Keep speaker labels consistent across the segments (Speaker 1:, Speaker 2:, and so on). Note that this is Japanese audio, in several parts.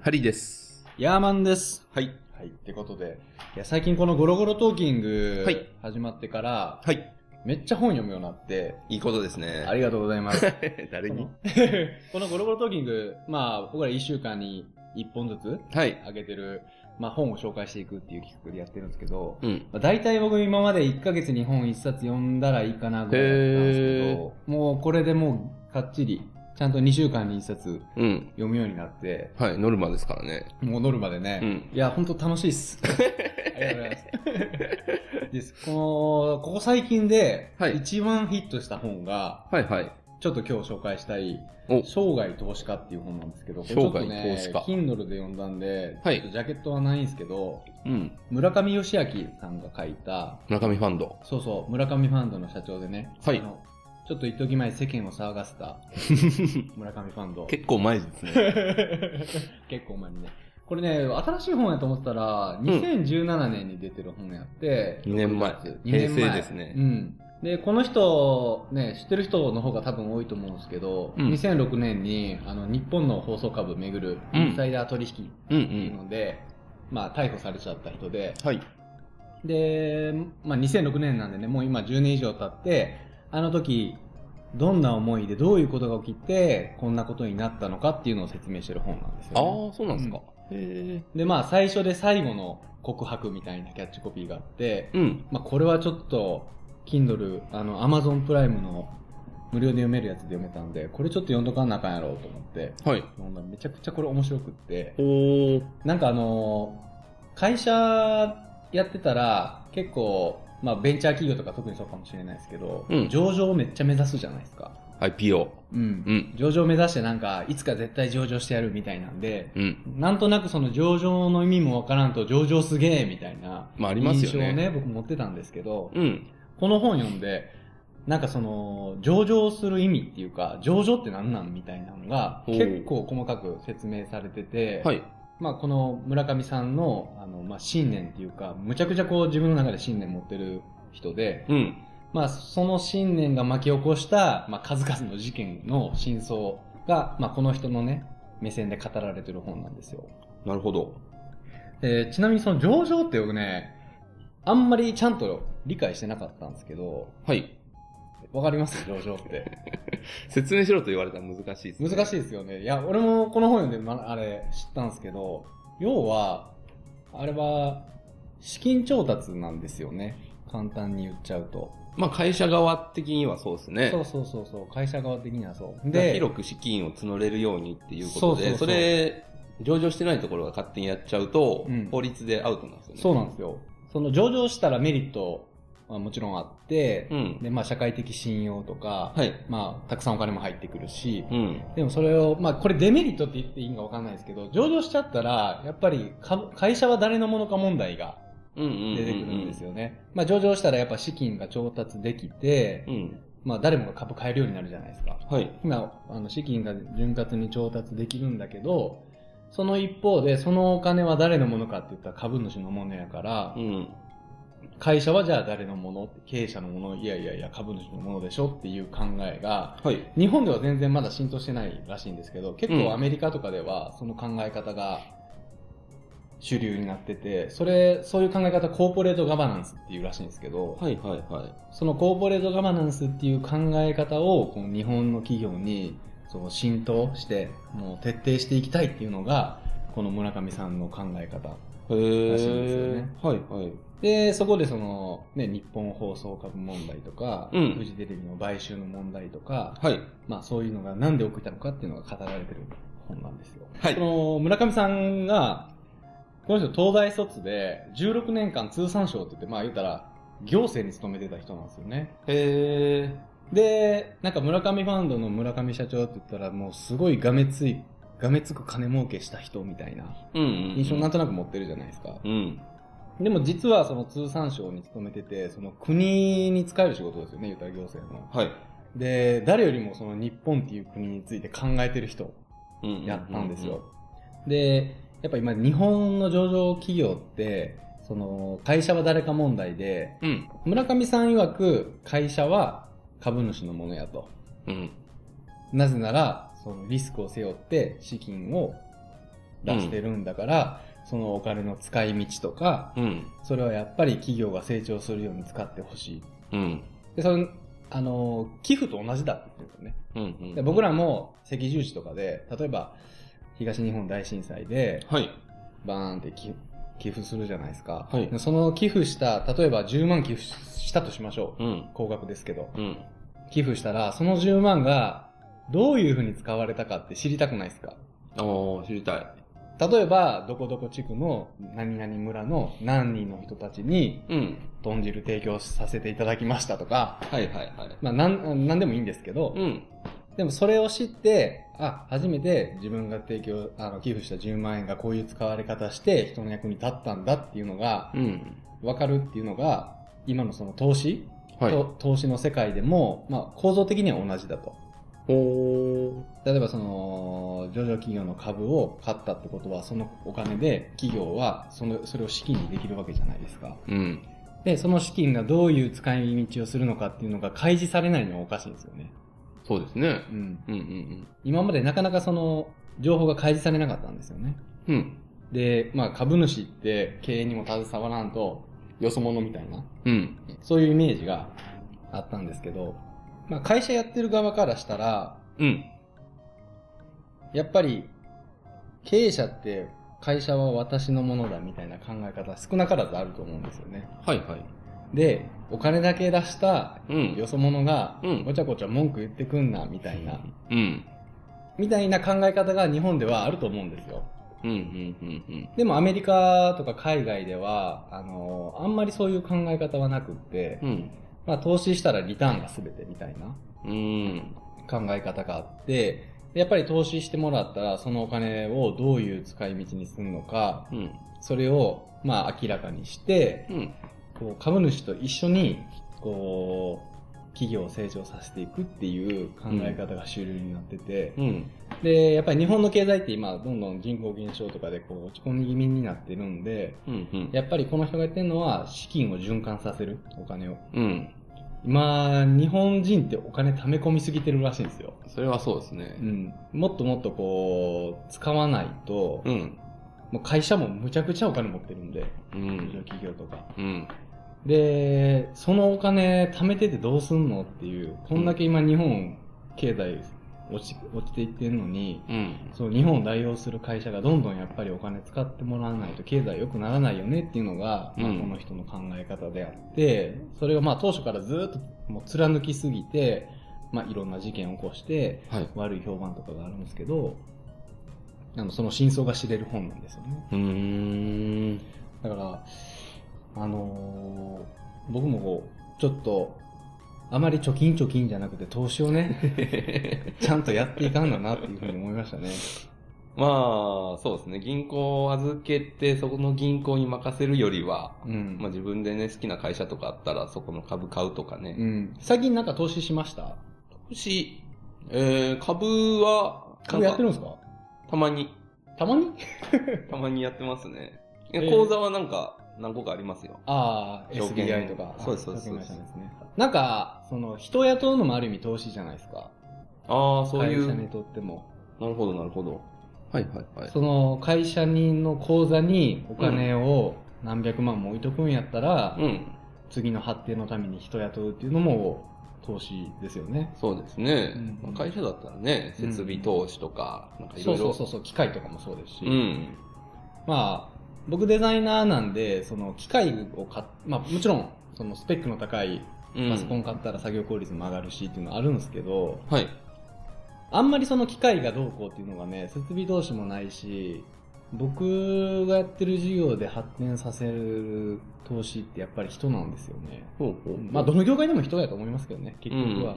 Speaker 1: ハリーです。
Speaker 2: ヤーマンです。はい。
Speaker 3: はい、ってことで、
Speaker 2: いや、最近このゴロゴロトーキング
Speaker 1: はい
Speaker 2: 始まってから、
Speaker 1: はい。
Speaker 2: めっちゃ本読むようになって、
Speaker 1: いいことですね。
Speaker 2: ありがとうござ います。
Speaker 1: 誰
Speaker 2: こ
Speaker 1: に
Speaker 2: のこのゴ ロゴロトーキング、まあ、僕ら1週間に1本ずつ
Speaker 1: はい。
Speaker 2: 上げてる、まあ、本を紹介していくっていう企画でやってるんですけど、
Speaker 1: うん。
Speaker 2: まあ、大体僕今まで1ヶ月に本1冊読んだらいいかなぐらいだったんですけど、もうこれでもうかっちり、ちゃんと2週間に1冊
Speaker 1: うん。
Speaker 2: 読むようになって、
Speaker 1: はい。ノルマですからね。
Speaker 2: 戻るまでね、
Speaker 1: うん
Speaker 2: いや、ほんと楽しいっ す。ありがとうございます。です。この、ここ最近で
Speaker 1: は、い
Speaker 2: 一番ヒットした本が、
Speaker 1: はいはい。
Speaker 2: ちょっと今日紹介したい、
Speaker 1: お
Speaker 2: 生涯投資家っていう本なんですけど、これ
Speaker 1: 生涯投資
Speaker 2: ち
Speaker 1: 家
Speaker 2: ょっとね、Kindle で読んだんで、
Speaker 1: はい
Speaker 2: ちょっとジャケットはないんですけど、
Speaker 1: うん。
Speaker 2: 村上義明さんが書いた、
Speaker 1: 村上ファンド。
Speaker 2: そうそう、村上ファンドの社長でね、
Speaker 1: はい
Speaker 2: あのちょっと一時前世間を騒が せた、村上ファンド。
Speaker 1: 結構前ですね。
Speaker 2: 結構前にね。これね、新しい本やと思ってたら、
Speaker 1: ん
Speaker 2: 2017年に出てる本やって、
Speaker 1: 2年前
Speaker 2: 6月
Speaker 1: 平成
Speaker 2: 2年前
Speaker 1: ですね
Speaker 2: うん。で、この人、ね、知ってる人の方が多分多いと思うんですけど、
Speaker 1: うん
Speaker 2: 2006年に、あの、日本の放送株巡る、
Speaker 1: うん
Speaker 2: インサイダー取引っ
Speaker 1: うんう。
Speaker 2: ていうんので、まあ、逮捕されちゃった人で、
Speaker 1: はい。
Speaker 2: で、まあ、2006年なんでね、もう今10年以上経って、あの時、どんな思いでどういうことが起きて、こんなことになったのかっていうのを説明してる本なんですよ、
Speaker 1: ああ
Speaker 2: ね。、
Speaker 1: そうなんですか。へ
Speaker 2: で、まあ、最初で最後の告白みたいなキャッチコピーがあって、
Speaker 1: え。うん。
Speaker 2: まあ、これはちょっと、Kindle、あの、Amazon プライムの無料で読めるやつで読めたんで、これちょっと読んどかんなあかんやろうと思って、
Speaker 1: はい。
Speaker 2: 読んだらめちゃくちゃこれ面白くって、
Speaker 1: おー。
Speaker 2: なんかあのー会社やってたら、結構、まあ、ベンチャー企業とか特にそうかもしれないですけど、
Speaker 1: うん
Speaker 2: 上場をめっちゃ目指すじゃないですか。
Speaker 1: IPO。
Speaker 2: うん
Speaker 1: うん。
Speaker 2: 上場を目指してなんか、いつか絶対上場してやるみたいなんで、
Speaker 1: うん。
Speaker 2: なんとなくその上場の意味もわからんと上場すげえみたいな
Speaker 1: まあ、あります
Speaker 2: 印
Speaker 1: よ
Speaker 2: 象
Speaker 1: ね。
Speaker 2: をね、僕持ってたんですけど、
Speaker 1: うん。
Speaker 2: この本読んで、なんかその、上場する意味っていうか、上場って何なんみたいなのが、
Speaker 1: おう
Speaker 2: 結構細かく説明されてて、
Speaker 1: はい。
Speaker 2: まあこの村上さんの、あの、まあ信念っていうか、むちゃくちゃこう自分の中で信念持ってる人で、
Speaker 1: うん。
Speaker 2: まあその信念が巻き起こした、まあ数々の事件の真相が、まあこの人のね、目線で語られてる本なんですよ。
Speaker 1: なるほど。
Speaker 2: えーちなみにその上場って僕ね、あんまりちゃんと理解してなかったんですけど、
Speaker 1: はい。
Speaker 2: わかります上場って。
Speaker 1: 説明しろと言われたら難しいです、ね。
Speaker 2: 難
Speaker 1: い。
Speaker 2: しいですよね。いや、俺もこの本読んで、ま、あれ知ったんですけど、要は、あれは、資金調達なんですよね。簡単に言っちゃうと。
Speaker 1: まあ、会社側的にはそうですね。
Speaker 2: そうそうそうそう。会社側的にはそう。
Speaker 1: で、
Speaker 2: で、
Speaker 1: 広く資金を募れるようにっていうことで、そ
Speaker 2: そうそうそう
Speaker 1: れ、上場してないところが勝手にやっちゃうと、
Speaker 2: うん
Speaker 1: 法律でアウトなんですよね。
Speaker 2: そうなんですよ。その上場したらメリットはもちろんあって、
Speaker 1: うん
Speaker 2: で、まあ社会的信用とか、
Speaker 1: はい。
Speaker 2: まあたくさんお金も入ってくるし、
Speaker 1: うん。
Speaker 2: でもそれを、まあこれデメリットって言っていいんかわかんないですけど、上場しちゃったら、やっぱり株会社は誰のものか問題が
Speaker 1: うんうんうんうん。
Speaker 2: 出てくるんですよね。まあ上場したらやっぱ資金が調達できて
Speaker 1: う、ん。
Speaker 2: まあ誰もが株買えるようになるじゃないですか。
Speaker 1: はい。
Speaker 2: 今、あの資金が潤滑に調達できるんだけど、その一方で、そのお金は誰のものかって言ったら株主のものやから
Speaker 1: う、ん。
Speaker 2: 会社はじゃあ誰のもの経営者のものいやいやいや株主のものでしょっていう考えが、
Speaker 1: はい。
Speaker 2: 日本では全然まだ浸透してないらしいんですけど、結構アメリカとかではその考え方が主流になってて、それ、そういう考え方、コーポレートガバナンスっていうらしいんですけど、
Speaker 1: はいはいは
Speaker 2: そのコーポレートガバナンスっていう考え方をこう日本の企業にその浸透して、もう徹底していきたいっていうのが、この村上さんの考え方。
Speaker 1: い。へえ。
Speaker 2: らしいんですよね
Speaker 1: はいはい。
Speaker 2: で、そこでその、ね、日本放送株問題とか、
Speaker 1: うん
Speaker 2: フジテレビの買収の問題とか、
Speaker 1: はい。
Speaker 2: まあそういうのがなんで起きたのかっていうのが語られてる本なんですよ。
Speaker 1: はい
Speaker 2: その村上さんが、この人東大卒で16年間通産省って言って、まあ言ったら行政に勤めてた人なんですよね。
Speaker 1: へえ。
Speaker 2: で、なんか村上ファンドの村上社長って言ったらもうすごいがめつい、がめつく金儲けした人みたいな
Speaker 1: うんうんうん。
Speaker 2: 印象なんとなく持ってるじゃないですか。
Speaker 1: うん。
Speaker 2: でも実はその通産省に勤めてて、その国に使える仕事ですよね、言ったら行政の。
Speaker 1: はい。
Speaker 2: で、誰よりもその日本っていう国について考えてる人
Speaker 1: うんうんうんうん
Speaker 2: やったんですよ。。で、やっぱ今日本の上場企業って、その会社は誰か問題で、
Speaker 1: うん。
Speaker 2: 村上さん曰く会社は株主のものやと。
Speaker 1: うん。
Speaker 2: なぜなら、そのリスクを背負って資金を出してるんだから、そのお金の使い道とか、
Speaker 1: うん。
Speaker 2: それはやっぱり企業が成長するように使ってほしい。
Speaker 1: うん。
Speaker 2: で、その、あの、寄付と同じだって言ってるんだよね。
Speaker 1: うん。うん
Speaker 2: で僕ら、も赤十字とかで、例えば東日本大震災で、
Speaker 1: はい。
Speaker 2: バーンって寄付寄付するじゃないですか。
Speaker 1: はい
Speaker 2: でその寄付した、例えば10万寄付したとしましょう。
Speaker 1: うん。
Speaker 2: 高額ですけど。
Speaker 1: うん。
Speaker 2: 寄付したら、その10万がどういうふうに使われたかって知りたくないですか
Speaker 1: おー、知りたい。
Speaker 2: 例えば、どこどこ地区の何々村の何人の人たちに
Speaker 1: うん。
Speaker 2: 豚汁提供させていただきましたとか、
Speaker 1: はいはいはい。
Speaker 2: まあなん、なんでもいいんですけど、
Speaker 1: うん。
Speaker 2: でもそれを知って、あ、初めて自分が提供、あの、寄付した10万円がこういう使われ方して人の役に立ったんだっていうのが、
Speaker 1: うん。
Speaker 2: わかるっていうのが、今のその投資、
Speaker 1: はい。
Speaker 2: と投資の世界でも、まあ構造的には同じだと。
Speaker 1: おー。
Speaker 2: 例えばその上場企業の株を買ったってことはそのお金で企業はそのそれを資金にできるわけじゃないですか
Speaker 1: うん。
Speaker 2: でその資金がどういう使い道をするのかっていうのが開示されないのはおかしいんですよね、
Speaker 1: そうですね。
Speaker 2: うん、
Speaker 1: うんうん
Speaker 2: 今までなかなかその情報が開示されなかったんですよね
Speaker 1: うん。うん。
Speaker 2: で、まあ、株主って経営にも携わらんとよそ者みたいな
Speaker 1: うん。
Speaker 2: そういうイメージがあったんですけど、まあ、会社やってる側からしたら
Speaker 1: うん。
Speaker 2: やっぱり経営者って会社は私のものだみたいな考え方少なからずあると思うんですよね。
Speaker 1: はいはい。
Speaker 2: で、お金だけ出した
Speaker 1: うん。
Speaker 2: よそ者が
Speaker 1: うん
Speaker 2: ごちゃごちゃ文句言ってくんなみたいな、
Speaker 1: うん。
Speaker 2: みたいな考え方が日本ではあると思うんですよ。
Speaker 1: うんうんうんうん。
Speaker 2: でもアメリカとか海外では、あの、あんまりそういう考え方はなくって、
Speaker 1: うん。
Speaker 2: まあ投資したらリターンが全てみたいな
Speaker 1: うん。
Speaker 2: 考え方があって、でやっぱり投資してもらったらそのお金をどういう使い道にするのか、
Speaker 1: うん。
Speaker 2: それを、まあ、明らかにして、
Speaker 1: うん。
Speaker 2: こう、株主と一緒に、こう、企業を成長させていくっていう考え方が主流になってて、
Speaker 1: うん。
Speaker 2: で、やっぱり日本の経済って今、どんどん人口減少とかで、こう、落ち込み気味になってるんで、
Speaker 1: うん。うん。
Speaker 2: やっぱりこの人が言ってるのは、資金を循環させる、お金を。
Speaker 1: うん。
Speaker 2: 今、日本人ってお金溜め込みすぎてるらしいんですよ。
Speaker 1: それはそうです
Speaker 2: う
Speaker 1: ね。
Speaker 2: ん。もっともっとこう、使わないと、
Speaker 1: うん。
Speaker 2: もう会社もむちゃくちゃお金持ってるんで、
Speaker 1: う
Speaker 2: 上場
Speaker 1: ん。
Speaker 2: 企業とか。
Speaker 1: うん。
Speaker 2: で、そのお金貯めててどうすんのっていう、こんだけ今日本経済落ち落ちていってるのに、
Speaker 1: うん。
Speaker 2: そう日本を代表する会社がどんどんやっぱりお金使ってもらわないと経済良くならないよねっていうのが、まあ
Speaker 1: うん
Speaker 2: この人の考え方であって、それがまあ当初からずっともう貫きすぎて、まあいろんな事件を起こして、
Speaker 1: はい。
Speaker 2: 悪い評判とかがあるんですけど、あのその真相が知れる本なんですよね。
Speaker 1: うーん。
Speaker 2: だから、あのー僕もこう、ちょっと、あまり貯金貯金じゃなくて投資をね、 ちゃんとやっていかんだなっていうふうに思いましたね。
Speaker 1: まあ、そうですね。銀行を預けて、そこの銀行に任せるよりは、
Speaker 2: うん。
Speaker 1: まあ自分でね、好きな会社とかあったら、そこの株買うとか
Speaker 2: う
Speaker 1: ね。
Speaker 2: ん。最近なんか投資しました
Speaker 1: もし、えー、株は、なん
Speaker 2: 株
Speaker 1: か
Speaker 2: やってるんですか
Speaker 1: たまに、
Speaker 2: たまに
Speaker 1: たまにやってますね。いや
Speaker 2: えー
Speaker 1: 口座はなんか、何個かありますよ。
Speaker 2: ああ、
Speaker 1: 証券
Speaker 2: SBI とか。
Speaker 1: そうですそうです
Speaker 2: 証券会社ですね。なんか、その、人を雇うのもある意味投資じゃないですか。
Speaker 1: ああ、そうい
Speaker 2: 会社
Speaker 1: う
Speaker 2: に。とっても。
Speaker 1: なるほど、なるほど。はいはいはい。
Speaker 2: その、会社人の口座にお金を何百万も置いとくんやったら、
Speaker 1: うん。
Speaker 2: 次の発展のために人雇うっていうのも投資ですよね。
Speaker 1: そうですね。
Speaker 2: うん
Speaker 1: まあ会社だったらね、設備投資とか、なんかい
Speaker 2: そ
Speaker 1: ろ
Speaker 2: う
Speaker 1: いろ。
Speaker 2: そうそうそう、機械とかもそうですし。
Speaker 1: うん。
Speaker 2: まあ、僕デザイナーなんで、その機械を買っ、まあもちろん、そのスペックの高い
Speaker 1: うん。
Speaker 2: パソコン買ったら作業効率も上がるしっていうのはあるんですけど、
Speaker 1: はい。
Speaker 2: あんまりその機械がどうこうっていうのがね、設備投資もないし、僕がやってる事業で発展させる投資ってやっぱり人なんですよね。
Speaker 1: ほうほう。
Speaker 2: まあ、どの業界でも人だと思いますけどね、結局は。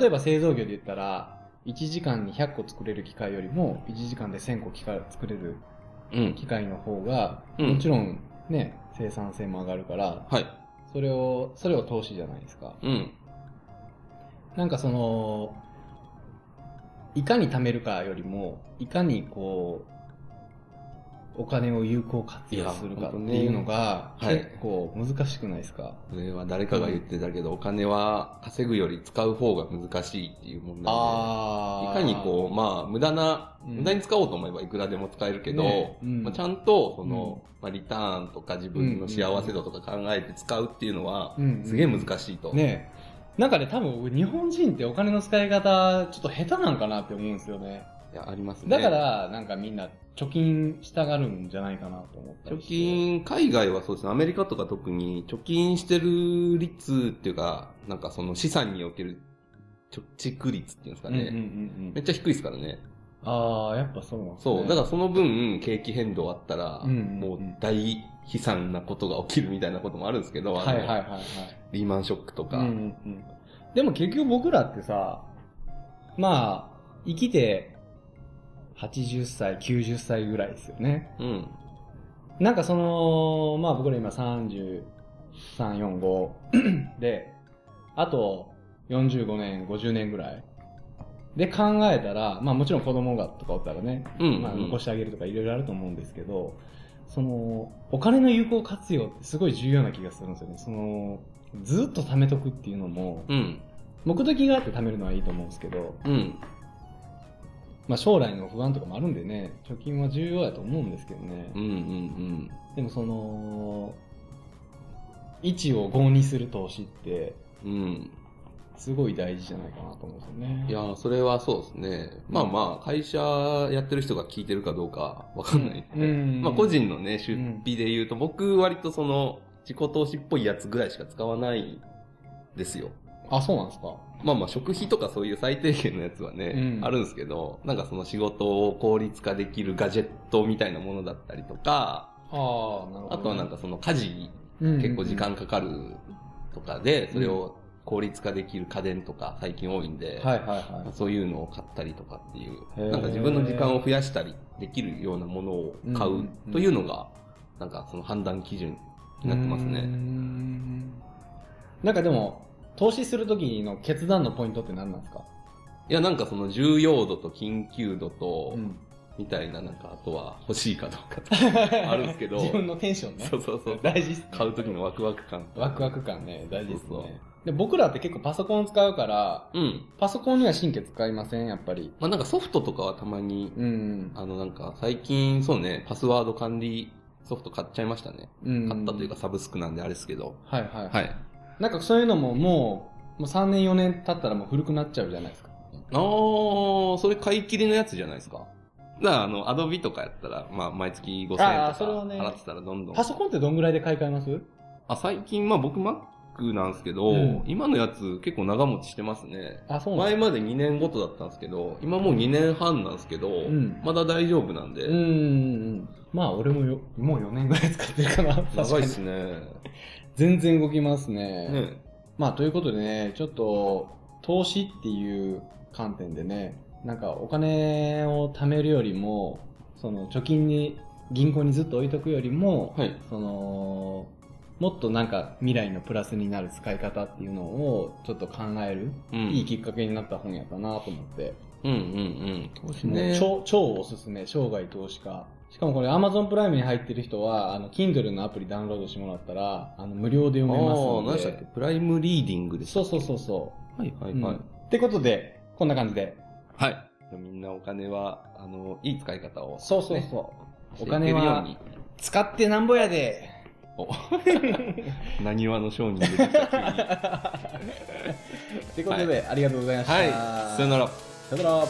Speaker 2: 例えば製造業で言ったら、1時間に100個作れる機械よりも、1時間で1000個機械作れる
Speaker 1: うん。
Speaker 2: 機械の方が、
Speaker 1: うん
Speaker 2: もちろんね、生産性も上がるから、
Speaker 1: はい。
Speaker 2: それを、それを投資じゃないですか。
Speaker 1: うん。
Speaker 2: なんかその、いかに貯めるかよりも、いかにこう、お金を有効活用するかっていうのが、
Speaker 1: いや本当ね
Speaker 2: 結構難しくないですか、
Speaker 1: それは誰かが言ってたけど、お金は稼ぐより使う方が難しいっていう問題で。
Speaker 2: あ
Speaker 1: い
Speaker 2: あ
Speaker 1: かにこう、まあ、無駄な、
Speaker 2: うん
Speaker 1: 無駄に使おうと思えばいくらでも使えるけど、
Speaker 2: ねうん
Speaker 1: まあ、ちゃんと、その、まあ、リターンとか自分の幸せ度とか考えて使うっていうのは、
Speaker 2: う、うん
Speaker 1: すげえ難しいと。
Speaker 2: ねえなんかね、多分僕日本人ってお金の使い方、ちょっと下手なんかなって思うんですよね。
Speaker 1: いや、ありますね。
Speaker 2: だか、ら、なんかみんな貯金したがるんじゃないかなと思った
Speaker 1: 貯
Speaker 2: りして。
Speaker 1: 金、海外はそうですね、アメリカとか特に、貯金してる率っていうか、なんかその資産における貯蓄率っていうんですかね、
Speaker 2: うんうんうんう
Speaker 1: めっ
Speaker 2: ん、
Speaker 1: ちゃ低いですからね。
Speaker 2: ああ、やっぱそうなんですね。
Speaker 1: そう、だからその分、景気変動あったら、
Speaker 2: うんうんうん
Speaker 1: もう大悲惨なことが起きるみたいなこともあるんですけど、あの
Speaker 2: はいはいはいはい。
Speaker 1: リーマンショックとか、
Speaker 2: うんうんうんでも結局僕らってさ、まあ、生きて80歳、90歳ぐらいですよね。
Speaker 1: うん。
Speaker 2: なんかその、まあ僕ら今33、45 で、あと45年、50年ぐらい。で考えたら、まあもちろん子供がとかおったらね、
Speaker 1: うん、うん。
Speaker 2: まあ残してあげるとかいろいろあると思うんですけど、その、お金の有効活用ってすごい重要な気がするんですよね。その、ずっと貯めとくっていうのも、
Speaker 1: うん。
Speaker 2: 目的があって貯めるのはいいと思うんですけど、
Speaker 1: うん。
Speaker 2: まあ将来の不安とかもあるんでね、貯金は重要だと思うんですけどね。
Speaker 1: うん。うん。
Speaker 2: でもその、1を5にする投資って、
Speaker 1: うん。うん。
Speaker 2: すごい大事じゃないかなと思うんですよね。
Speaker 1: いや、ー、それはそうですね。まあまあ、会社やってる人が聞いてるかどうかわかんない。
Speaker 2: うん。
Speaker 1: まあ個人のね、出費で言うと、僕割とその、自己投資っぽいやつぐらいしか使わないですよ。
Speaker 2: あ、そうなんですか。
Speaker 1: まあまあ食費とかそういう最低限のやつはね、
Speaker 2: うん
Speaker 1: あるんですけど、なんかその仕事を効率化できるガジェットみたいなものだったりとか、
Speaker 2: ああ、なるほど、
Speaker 1: あとはなんか、その家事
Speaker 2: うん
Speaker 1: 結構時間かかるとかで、それを効率化できる家電とか最近多いんで、
Speaker 2: はいはいはい。
Speaker 1: そういうのを買ったりとかってい
Speaker 2: へ
Speaker 1: う、
Speaker 2: ー
Speaker 1: なんか自分の時間を増やしたりできるようなものを買
Speaker 2: うん
Speaker 1: う
Speaker 2: うん
Speaker 1: というのが、なんかその判断基準になってます
Speaker 2: うー
Speaker 1: ね。
Speaker 2: ん。なんかでも、投資するときの決断のポイントって何なんですか
Speaker 1: いや、なんかその重要度と緊急度と、
Speaker 2: ん。
Speaker 1: みたいな、なんかあとは欲しいかどうかとか、
Speaker 2: あ
Speaker 1: るんですけど
Speaker 2: 自分のテンションね。
Speaker 1: そうそうそう。
Speaker 2: 大事っすね
Speaker 1: 買う時のワクワク感。
Speaker 2: ワクワク感ね、大事ですね。
Speaker 1: そうそう
Speaker 2: で僕らって結構パソコン使うから、
Speaker 1: うん。
Speaker 2: パソコンには神経使いません、やっぱり。
Speaker 1: まあなんかソフトとかはたまに、
Speaker 2: うん。
Speaker 1: あのなんか最近そうね、パスワード管理ソフト買っちゃいましたね。
Speaker 2: うん
Speaker 1: 買ったというかサブスクなんであれですけど。
Speaker 2: はいはい、
Speaker 1: はい。
Speaker 2: なんかそういうのももうもう3年4年経ったらもう古くなっちゃうじゃないですか
Speaker 1: あー、それ買い切りのやつじゃないですか。だからあの、アドビとかやったら、まあ毎月5000円と
Speaker 2: あー
Speaker 1: か
Speaker 2: それはね
Speaker 1: 払ってたらどんどん。
Speaker 2: パソコンってどんぐらいで買い替えます
Speaker 1: あ、最近まあ僕 Mac なんですけど、
Speaker 2: うん
Speaker 1: 今のやつ結構長持ちしてますね。
Speaker 2: あそうなん
Speaker 1: 前まで2年ごとだったんですけど、今もう2年半なんですけど、
Speaker 2: ん
Speaker 1: まだ大丈夫なんで。
Speaker 2: うんうんうんまあ俺もよもう4年ぐらい使ってるかな
Speaker 1: 長いっ
Speaker 2: 確か
Speaker 1: す
Speaker 2: に
Speaker 1: ね。
Speaker 2: 全然動きますね
Speaker 1: ね
Speaker 2: まあということでねちょっと投資っていう観点でねなんかお金を貯めるよりもその貯金に銀行にずっと置いとくよりも、
Speaker 1: はい。
Speaker 2: そのもっとなんか未来のプラスになる使い方っていうのをちょっと考える、
Speaker 1: うん
Speaker 2: いいきっかけになった本やったなと思って、
Speaker 1: うんうんうん。投資
Speaker 2: もう
Speaker 1: ね。
Speaker 2: 超超おすすめ生涯投資家しかもこれ Amazon プライムに入ってる人はあの Kindle のアプリダウンロードしてもらったらあの無料で
Speaker 1: あ
Speaker 2: 読めます
Speaker 1: あ、
Speaker 2: の
Speaker 1: 何で
Speaker 2: で
Speaker 1: したっけプライムリーディングでした
Speaker 2: そう
Speaker 1: っけ
Speaker 2: そうそうそ
Speaker 1: はいは
Speaker 2: う、
Speaker 1: いうはい。
Speaker 2: んってことでこんな感じで
Speaker 1: はい。みんなお金は、あの、いい使い方を、
Speaker 2: そうそう
Speaker 1: ね
Speaker 2: そう、
Speaker 1: して
Speaker 2: お
Speaker 1: いけるよ
Speaker 2: 金
Speaker 1: う
Speaker 2: は
Speaker 1: に。
Speaker 2: 使ってなんぼやで
Speaker 1: なにわの商人出てき た急に
Speaker 2: ってことで、ありがとうございました、
Speaker 1: はい。さよなら。
Speaker 2: さよなら